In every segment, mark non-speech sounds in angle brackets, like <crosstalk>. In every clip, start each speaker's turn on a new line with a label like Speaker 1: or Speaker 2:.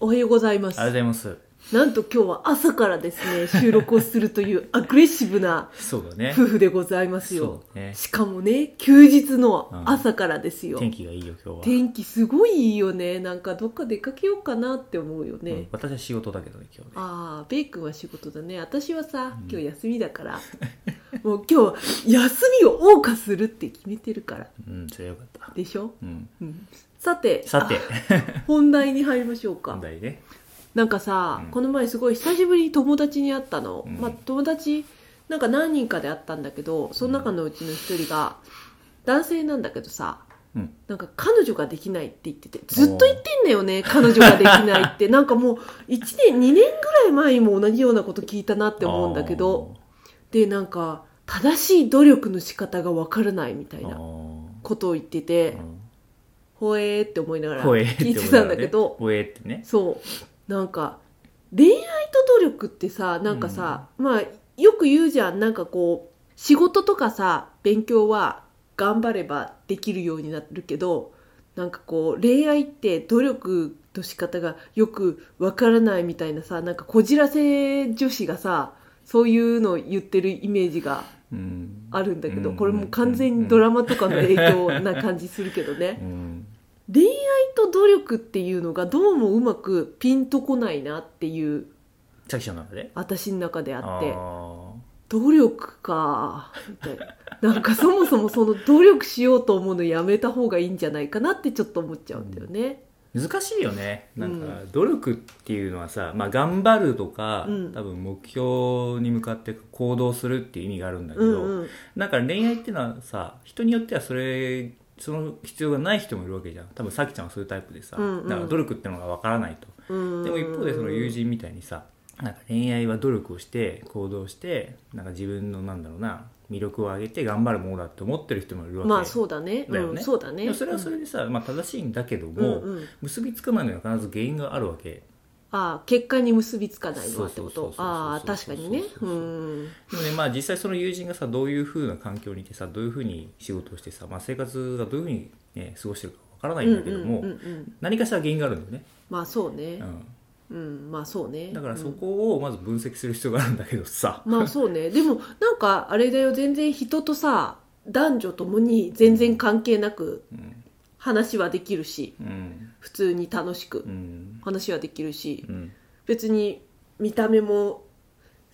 Speaker 1: ございます
Speaker 2: ありがとうございま
Speaker 1: なんと今日は朝からですね収録をすると
Speaker 2: <laughs>
Speaker 1: いうアグレッシブな
Speaker 2: す。そうだね。
Speaker 1: 夫婦でございますよ
Speaker 2: そうね。
Speaker 1: しかもね休日の朝からですよ、
Speaker 2: 天気がいいよ、今日は。
Speaker 1: 天気すごいいいよねなんかどっか出かけようかなって思うよね、
Speaker 2: うん私は仕事だけどね、今日ね。
Speaker 1: ああベイ君は仕事だね私はさ今日休みだから、 <laughs> もう今日休みを謳歌するって決めてるから
Speaker 2: うん、それはよかった。
Speaker 1: でしょ、
Speaker 2: うん。
Speaker 1: うん、さて
Speaker 2: さて、
Speaker 1: あ本題に入りましょうか
Speaker 2: 問題ね。
Speaker 1: なんかさ、
Speaker 2: うん
Speaker 1: この前すごい久しぶりに友達に会ったの、
Speaker 2: うん
Speaker 1: まあ友達なんか何人かで会ったんだけどその中のうちの一人が男性なんだけどさ
Speaker 2: うん。
Speaker 1: なんか彼女ができないって言っててずっと言ってんだよね彼女ができないって
Speaker 2: <laughs>
Speaker 1: なんかもう1年2年ぐらい前にも同じようなこと聞いたなって思うんだけどでなんか正しい努力の仕方がわからないみた
Speaker 2: あ
Speaker 1: い
Speaker 2: ー、
Speaker 1: な
Speaker 2: あ
Speaker 1: ことを言ってて
Speaker 2: ー
Speaker 1: ほえーって思いなが
Speaker 2: うん
Speaker 1: ら
Speaker 2: ほえーって
Speaker 1: 聞いてたんだけど、
Speaker 2: ほえーってね。
Speaker 1: そうなんか恋愛と努力ってさなんかさ、まあよく言うじゃんなんかこう仕事とかさ勉強は頑張ればできるようになるけどなんかこう恋愛って努力の仕方がよくわからないみたいなさなんかこじらせ女子がさそういうのを言ってるイメージが
Speaker 2: うん。
Speaker 1: あるんだけ
Speaker 2: う
Speaker 1: ど
Speaker 2: ん
Speaker 1: これもう完全にドラマとかの影響な感じするけどね
Speaker 2: う。ん。
Speaker 1: 恋愛と努力っていうのがどうもうまくピンとこないなっていう
Speaker 2: 作者の中で
Speaker 1: 私の中であ
Speaker 2: あ
Speaker 1: って
Speaker 2: ー
Speaker 1: 努力かみたいななんかそもそもその努力しようと思うのやめた方がいいんじゃないかなってちょっと思っちゃうんだよね。
Speaker 2: 難しいよねなんか
Speaker 1: う
Speaker 2: 努力っていうのはさ、まあ、頑張るとか、
Speaker 1: うん
Speaker 2: 多分目標に向かって行動するっていう意味があるんだけ
Speaker 1: う
Speaker 2: ど、
Speaker 1: んうん
Speaker 2: なんか恋愛っていうのはさ人によってはそれその必要がない人もいるわけじゃん多分さきちゃんはそういうタイプでさ、
Speaker 1: うんうん
Speaker 2: だから努力ってのがわからないと
Speaker 1: うん
Speaker 2: でも一方でその友人みたいにさなんか恋愛は努力をして行動してなんか自分のなんだろうな魅力を上げて頑張るものだって思ってる人もいるわけ
Speaker 1: まあそうだね
Speaker 2: だよ
Speaker 1: う
Speaker 2: ね
Speaker 1: ん、そうだね
Speaker 2: でもそれはそれでさ、まあ、正しいんだけど
Speaker 1: うん
Speaker 2: も、
Speaker 1: うんうん
Speaker 2: 結びつかないのには必ず原因があるわけ
Speaker 1: ああ結果に結びつかないのはってこ
Speaker 2: そうそうそう
Speaker 1: と
Speaker 2: そう
Speaker 1: ああ確かにね
Speaker 2: そう
Speaker 1: う
Speaker 2: そうそうそうんでもねまあ実際その友人がさどういうふうな環境にいてさどういうふうに仕事をしてさ、まあ、生活がどういうふうに、ね、過ごしてるかわからないんだけど
Speaker 1: う
Speaker 2: も、
Speaker 1: んうんうんうん
Speaker 2: 何かしら原因があるんだよね、
Speaker 1: まあそうね
Speaker 2: う
Speaker 1: うんまあそうね
Speaker 2: ん、だからそこをまず分析する必要があるんだけどさ、
Speaker 1: まあそうねでもなんかあれだよ全然人とさ男女ともに全然関係なく
Speaker 2: うん
Speaker 1: 話はできるし
Speaker 2: うん
Speaker 1: 普通に楽しく
Speaker 2: うん
Speaker 1: 話はできるし
Speaker 2: うん
Speaker 1: 別に見た目も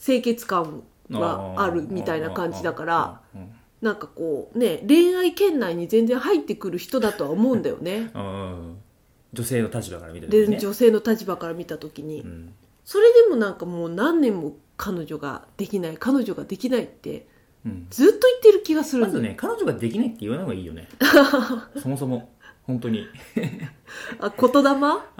Speaker 1: 清潔感はあるみたいな感じだから、
Speaker 2: うんうん
Speaker 1: なんかこうね恋愛圏内に全然入ってくる人だとは思うんだよね
Speaker 2: うん女性の立場から見て
Speaker 1: で
Speaker 2: るね、
Speaker 1: 女性の立場から見た時に
Speaker 2: うん、
Speaker 1: それでもなんかもう何年も彼女ができない彼女ができないって
Speaker 2: うん、
Speaker 1: ずっと言ってる気がする
Speaker 2: ま
Speaker 1: んだ
Speaker 2: ず
Speaker 1: よ
Speaker 2: ね彼女ができないって言わない方がいい
Speaker 1: <laughs>
Speaker 2: よねそもそも本当に
Speaker 1: あ言霊
Speaker 2: あ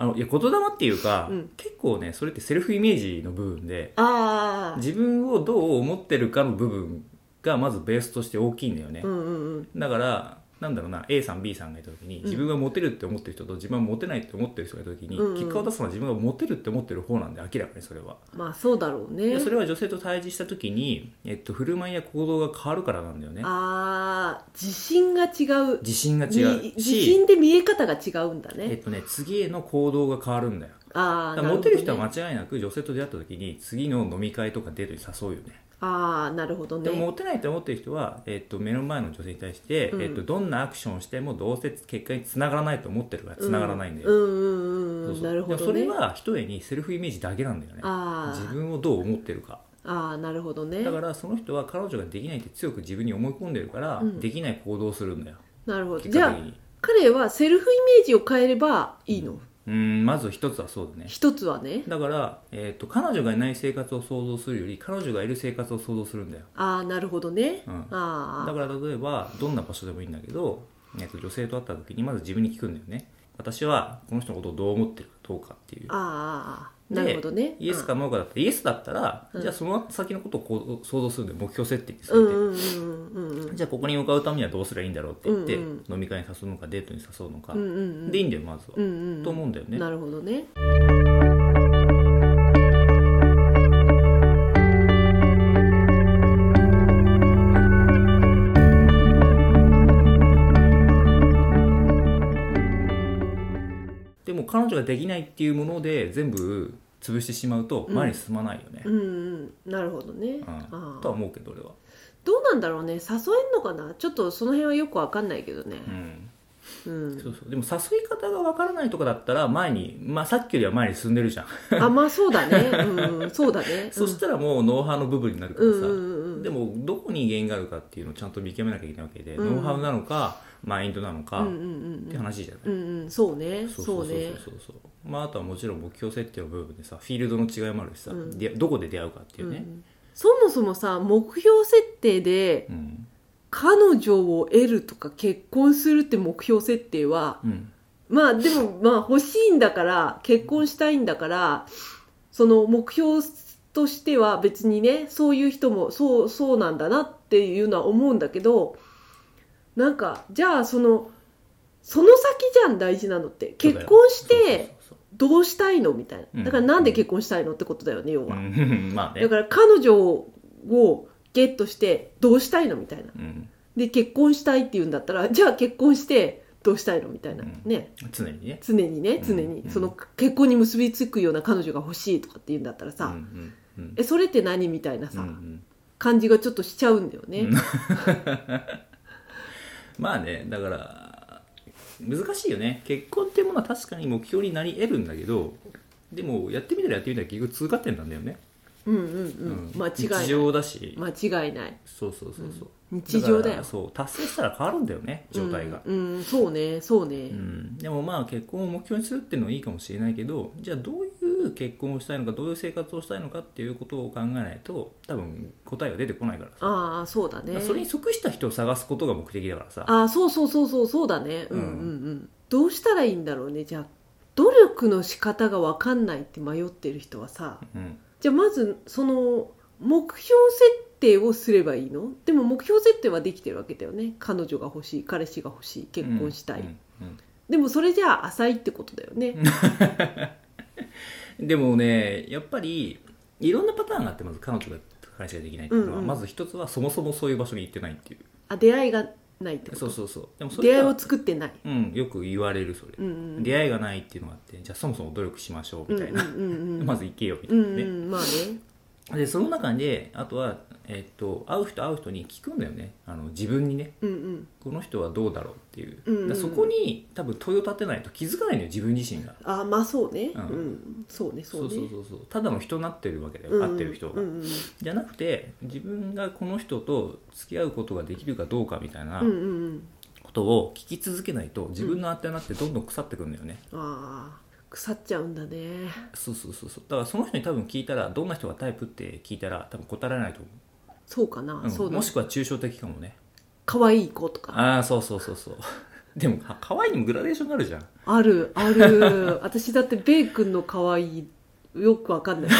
Speaker 2: のいや言霊っていうか、
Speaker 1: うん
Speaker 2: 結構ねそれってセルフイメージの部分で
Speaker 1: ああ、
Speaker 2: 自分をどう思ってるかの部分がまずベースとして大きいんだよね、
Speaker 1: うんうんうん、
Speaker 2: だからなんだろうな A さん B さんがいた時に自分がモテるって思ってる人と自分はモテないって思ってる人がいた時に、
Speaker 1: うんうん
Speaker 2: 結果を出すのは自分がモテるって思ってる方なんで明らかにそれは、
Speaker 1: まあそうだろうね。
Speaker 2: それは女性と対峙した時に、えっと、振る舞いや行動が変わるからなんだよね
Speaker 1: ああ、自信が違う。
Speaker 2: 自信が
Speaker 1: み
Speaker 2: 違う
Speaker 1: 自
Speaker 2: し
Speaker 1: 信で見え方が違うんだ
Speaker 2: えっ
Speaker 1: ね。
Speaker 2: とね次への行動が変わるんだよ
Speaker 1: あ
Speaker 2: だ
Speaker 1: あ、
Speaker 2: からモテる人
Speaker 1: な
Speaker 2: は
Speaker 1: ほどね
Speaker 2: 間違いなく女性と出会った時に次の飲み会とかデートに誘うよね
Speaker 1: ああ、なるほど
Speaker 2: で
Speaker 1: ね。
Speaker 2: もモテないと思ってる人は、えっと目の前の女性に対して、
Speaker 1: うん
Speaker 2: えっとどんなアクションをしてもどうせ結果につながらないと思ってるからつながらないんだよ、
Speaker 1: うんうんうんうん
Speaker 2: そうそう
Speaker 1: なるほどね。
Speaker 2: それはひとえにセルフイメージだけなんだよね
Speaker 1: あ
Speaker 2: 自
Speaker 1: ー
Speaker 2: 分をどう思ってるか
Speaker 1: あー、なるほどね
Speaker 2: だ。からその人は彼女ができないって強く自分に思い込んでるから、
Speaker 1: うん
Speaker 2: できない行動をするんだよ
Speaker 1: なるほど。
Speaker 2: 結
Speaker 1: じ
Speaker 2: 果
Speaker 1: ゃ
Speaker 2: 的
Speaker 1: あ、
Speaker 2: に
Speaker 1: 彼はセルフイメージを変えればいいの。
Speaker 2: うんまず一つはそうだね
Speaker 1: 一つはね。
Speaker 2: だから、えっと彼女がいない生活を想像するより彼女がいる生活を想像するんだよ
Speaker 1: ああ、なるほどね。
Speaker 2: うんだ
Speaker 1: あ
Speaker 2: から例えばどんな場所でもいいんだけど、えっと女性と会った時にまず自分に聞くんだよね私はこの人のことをどう思ってるかどうかっていう
Speaker 1: あ、ああ、なるほどね。
Speaker 2: イエスかノーかだったらイエスだったら、
Speaker 1: うん
Speaker 2: じゃあその先のことをこう想像するんで目標設定にさ
Speaker 1: う
Speaker 2: れ
Speaker 1: ん
Speaker 2: て、
Speaker 1: うんうんうんうんうん。
Speaker 2: じゃあここに向かうためにはどうすればいいんだろうって言って、
Speaker 1: うんうん
Speaker 2: 飲み会に誘うのかデートに誘うのか、
Speaker 1: うんうんうん
Speaker 2: でいいんだよまずは、
Speaker 1: うんうんうん
Speaker 2: と思うんだよね
Speaker 1: なるほどね。
Speaker 2: でも彼女ができないっていうもので全部潰してしまうと
Speaker 1: うん
Speaker 2: 前に進まないよね、
Speaker 1: うんうんなるほどね、
Speaker 2: うん
Speaker 1: あ
Speaker 2: とは
Speaker 1: ー
Speaker 2: 思うけど俺は、
Speaker 1: どうなんだろうね誘えんのかなちょっとその辺はよくわかんないけどね
Speaker 2: うん、
Speaker 1: うん
Speaker 2: そうそうでも誘い方がわからないとかだったら前に、まあ、さっきよりは前に進んでるじゃん、
Speaker 1: あまあそうだね、うん、そうだね
Speaker 2: <laughs> そしたらもうノウハウの部分になるから
Speaker 1: う
Speaker 2: さ、
Speaker 1: んうんうんうん
Speaker 2: でもどこに原因があるかっていうのをちゃんと見極めなきゃいけないわけで、
Speaker 1: うん
Speaker 2: ノウハウなのかマインドなのか
Speaker 1: うんう
Speaker 2: っ
Speaker 1: んう
Speaker 2: て
Speaker 1: ん
Speaker 2: 話じゃない、
Speaker 1: うんうんそうね
Speaker 2: そ
Speaker 1: そ
Speaker 2: うそううそう
Speaker 1: ね
Speaker 2: そうそうそうまああとはもちろん目標設定の部分でさフィールドの違いもあるしさ、
Speaker 1: うん
Speaker 2: でどこで出会うかっていう
Speaker 1: う
Speaker 2: ね、
Speaker 1: んそもそもさ目標設定で
Speaker 2: うん
Speaker 1: 彼女を得るとか結婚するって目標設定は
Speaker 2: うん
Speaker 1: まあでもまあ欲しいんだから結婚したいんだからその目標としては別にねそういう人もそうそうなんだなっていうのは思うんだけどなんかじゃあそのその先じゃん大事なのって結婚して
Speaker 2: そうそう
Speaker 1: どうしたいのみたい
Speaker 2: うん
Speaker 1: なだからなんで結婚したいのってことだよね要
Speaker 2: そう
Speaker 1: は、
Speaker 2: うん <laughs> まあね
Speaker 1: だから彼女をゲットしてどうしたいのみたいな
Speaker 2: うん、
Speaker 1: で結婚したいって言うんだったらじゃあ結婚してどうしたいのみたいな、
Speaker 2: うん
Speaker 1: ね
Speaker 2: 常にね
Speaker 1: 常にね
Speaker 2: うん
Speaker 1: 常に、その結婚に結びつくような彼女が欲しいとかって言うんだったらさ、
Speaker 2: うんうんうん
Speaker 1: えそれって何みたいなさ、
Speaker 2: うんうん
Speaker 1: 感じがちょっとしちゃうんだよね、
Speaker 2: うんまあねだから難しいよね結婚っていうものは確かに目標になり得るんだけどでもやってみたらやってみたら結局通過点なんだよね、
Speaker 1: うん、うんうん間違い
Speaker 2: 日
Speaker 1: ない
Speaker 2: 常だし、
Speaker 1: 間違いない
Speaker 2: そうそうそうそう、
Speaker 1: 日常だ
Speaker 2: から
Speaker 1: よ
Speaker 2: そう達成したら変わるんだよね状態が、
Speaker 1: うん、うんそうねそうね、
Speaker 2: うん、でもまあ結婚を目標にするっていうのはいいかもしれないけどじゃあどういう結婚をしたいのかどういう生活をしたいのかっていうことを考えないと多分答えが出てこないからさ
Speaker 1: ああそうだ
Speaker 2: だ
Speaker 1: ね
Speaker 2: からそれに即した人を探すことが目的だからさ
Speaker 1: ああそうそうそうそうそうだねうんうんうん、どうしたらいいんだろうねじゃあ努力の仕方が分かんないって迷ってる人はさ
Speaker 2: うん
Speaker 1: じゃあまずその目標設定をすればいいのでも目標設定はできてるわけだよね彼女が欲しい彼氏が欲しい結婚したい、
Speaker 2: うんうん
Speaker 1: でもそれじゃあ浅いってことだよね
Speaker 2: うんでもねやっぱりいろんなパターンがあってまず彼女が彼氏ができないっていうの
Speaker 1: う
Speaker 2: は、
Speaker 1: んうん
Speaker 2: まず一つはそもそもそういう場所に行ってないっていう
Speaker 1: あ出会いがないってこと
Speaker 2: そうそうそうでもそ
Speaker 1: 出
Speaker 2: れ
Speaker 1: 会い
Speaker 2: は
Speaker 1: を作ってない
Speaker 2: うん、よく言われるそれ、
Speaker 1: うんうん
Speaker 2: 出会いがないっていうのがあってじゃあそもそも努力しましょうみたいな、
Speaker 1: うんうんうんうん
Speaker 2: <laughs> まず行けよみた
Speaker 1: う
Speaker 2: い
Speaker 1: ん
Speaker 2: な
Speaker 1: うん、
Speaker 2: ね、
Speaker 1: まあね
Speaker 2: でその中であとは、えっと会う人会う人に聞くんだよねあの自分にね
Speaker 1: うんうん
Speaker 2: この人はどうだろうっていう、
Speaker 1: うんうん
Speaker 2: だからそこに多分問いを立てないと気づかないのよ自分自身が
Speaker 1: あまあそうねう
Speaker 2: うん
Speaker 1: ん、そうねそう
Speaker 2: そう
Speaker 1: ね
Speaker 2: そうそうそうただの人になってるわけだよ、
Speaker 1: うん
Speaker 2: 会ってる人が、
Speaker 1: うんうん
Speaker 2: じゃなくて自分がこの人と付き合うことができるかどうかみたいな
Speaker 1: うんうんうん
Speaker 2: ことを聞き続けないと自分のアンテナってどんどん腐ってくるんだよね、
Speaker 1: ああ腐っちゃうんだね
Speaker 2: そうそうそうそうだからその人に多分聞いたらどんな人がタイプって聞いたら多分答えられないと思
Speaker 1: そうかな、
Speaker 2: う,、うん、
Speaker 1: そうだ
Speaker 2: もしくは抽象的かもね
Speaker 1: 可愛い子とか
Speaker 2: ああそうそうそうそう <laughs> でもか可愛いにもグラデーションがあるじゃん
Speaker 1: あるあ
Speaker 2: <laughs>
Speaker 1: る私だってベイ君の可愛いよくわかん
Speaker 2: <laughs>
Speaker 1: ない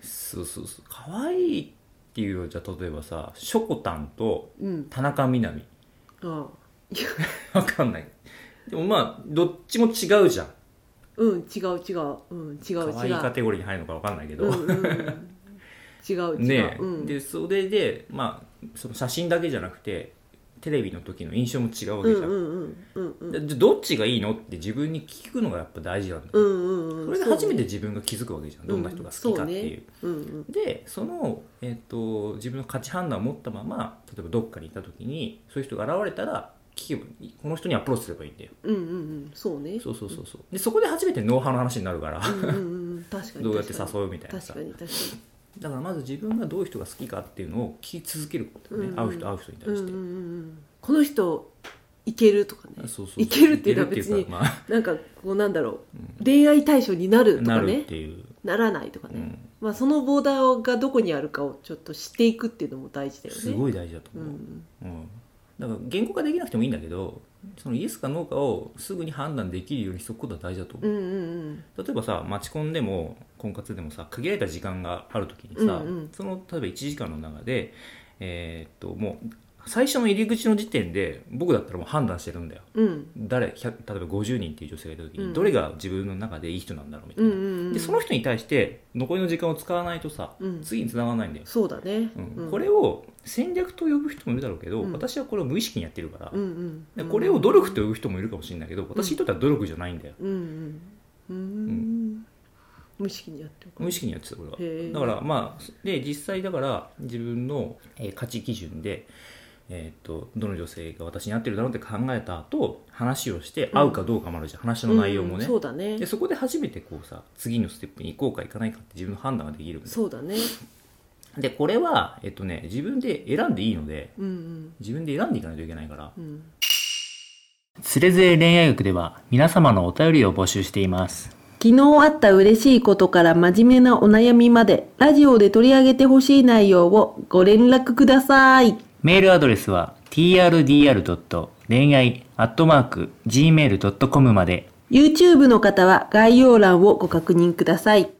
Speaker 2: そうそうそう可愛いっていうよりじゃあ例えばさしょこたんと
Speaker 1: うん
Speaker 2: 田中みな <laughs> 実
Speaker 1: ああ
Speaker 2: わかんないでもまあどっちも違うじゃん
Speaker 1: うん違う違ううん違う違う
Speaker 2: 可愛いカテゴリーに入るのかわかんないけど、
Speaker 1: うんうんうん違う違う、
Speaker 2: ねえ、
Speaker 1: うん、
Speaker 2: でそれでまあその写真だけじゃなくてテレビの時の印象も違うわ
Speaker 1: う
Speaker 2: け
Speaker 1: ん
Speaker 2: じ
Speaker 1: う
Speaker 2: ゃん、
Speaker 1: んうんうんうん
Speaker 2: でじゃあどっちがいいのって自分に聞くのがやっぱ大事なんだ、
Speaker 1: うんうんうん
Speaker 2: それで初めて自分が気づくわけじゃん、どんな人が好きかっていう、
Speaker 1: そうねうんうん
Speaker 2: でその、えっと自分の価値判断を持ったまま例えばどっかにいた時にそういう人が現れたら聞けばいいこの人にアプローチすればいいんだよ
Speaker 1: うんうんうんそうね
Speaker 2: そうそうそうそうでそこで初めてノウハウの話になるから、
Speaker 1: うんうんうん確かに
Speaker 2: <laughs> どうやって
Speaker 1: 確か
Speaker 2: 誘うみたい
Speaker 1: に確
Speaker 2: なさ
Speaker 1: かに確かに
Speaker 2: だからまず自分がどういう人が好きかっていうのを聞き続けることだよね、
Speaker 1: うん
Speaker 2: 会う人会う人に対
Speaker 1: うん
Speaker 2: し
Speaker 1: うん
Speaker 2: て、
Speaker 1: うんうんこの人いけるとかね
Speaker 2: そうそうそう
Speaker 1: いけるっていうのは
Speaker 2: ける
Speaker 1: 別
Speaker 2: って
Speaker 1: に
Speaker 2: いうかまあ、
Speaker 1: なんかこうなんだろう恋愛対象になると
Speaker 2: な
Speaker 1: か
Speaker 2: るっ
Speaker 1: ね
Speaker 2: ていう、
Speaker 1: ならないとか
Speaker 2: う
Speaker 1: ね
Speaker 2: ん、
Speaker 1: まあそのボーダーがどこにあるかをちょっと知っていくっていうのも大事だよね
Speaker 2: すごい大事だと
Speaker 1: う
Speaker 2: 思う、
Speaker 1: ん
Speaker 2: うん、だから言語化できなくてもいいんだけどそのイエスかノーかをすぐに判断できるようにしとくことは大事だと
Speaker 1: う
Speaker 2: 思う、
Speaker 1: んうん
Speaker 2: 例えばさマチコンでも婚活でもさ限られた時間がある時にさ、
Speaker 1: うんうん
Speaker 2: その例えば1時間の中でえーっともう最初の入り口の時点で僕だったらもう判断してるんだよ
Speaker 1: うん
Speaker 2: 誰100例えば50人っていう女性がいた時に、
Speaker 1: うん
Speaker 2: どれが自分の中でいい人なんだろうみた
Speaker 1: う
Speaker 2: い
Speaker 1: ん
Speaker 2: な、
Speaker 1: うんうん
Speaker 2: でその人に対して残りの時間を使わないとさ、
Speaker 1: うん
Speaker 2: 次につながらないんだよ、
Speaker 1: そうだね、
Speaker 2: うん
Speaker 1: うん
Speaker 2: これを戦略と呼ぶ人もいるだろうけど、
Speaker 1: うん
Speaker 2: 私はこれを無意識にやってるから、
Speaker 1: うんうん
Speaker 2: でこれを努力と呼ぶ人もいるかもしれないけど私にとっては努力じゃないんだよ、
Speaker 1: うんうんうん無意識にやってるから
Speaker 2: 無意識にやってた俺は
Speaker 1: へー
Speaker 2: だからまあで実際だから自分の、えー価値基準で、えーっとどの女性が私に合ってるだろうって考えた後話をして
Speaker 1: ん
Speaker 2: 合うかどうかもあるじゃん、話の内容も
Speaker 1: うんう
Speaker 2: ね、
Speaker 1: んそうだね
Speaker 2: でそこで初めてこうさ次のステップに行こうか行かないかって自分の判断ができるんだよ
Speaker 1: そうだね
Speaker 2: でこれはえっとね自分で選んでいいので
Speaker 1: うんうん
Speaker 2: 自分で選んでいかないといけないから
Speaker 1: うん
Speaker 2: つれづれ恋愛学では皆様のお便りを募集しています
Speaker 1: 昨日あった嬉しいことから真面目なお悩みまで、ラジオで取り上げてほしい内容をご連絡ください。
Speaker 2: メールアドレスは trdr. 恋愛 .gmail.com まで
Speaker 1: YouTube の方は概要欄をご確認ください。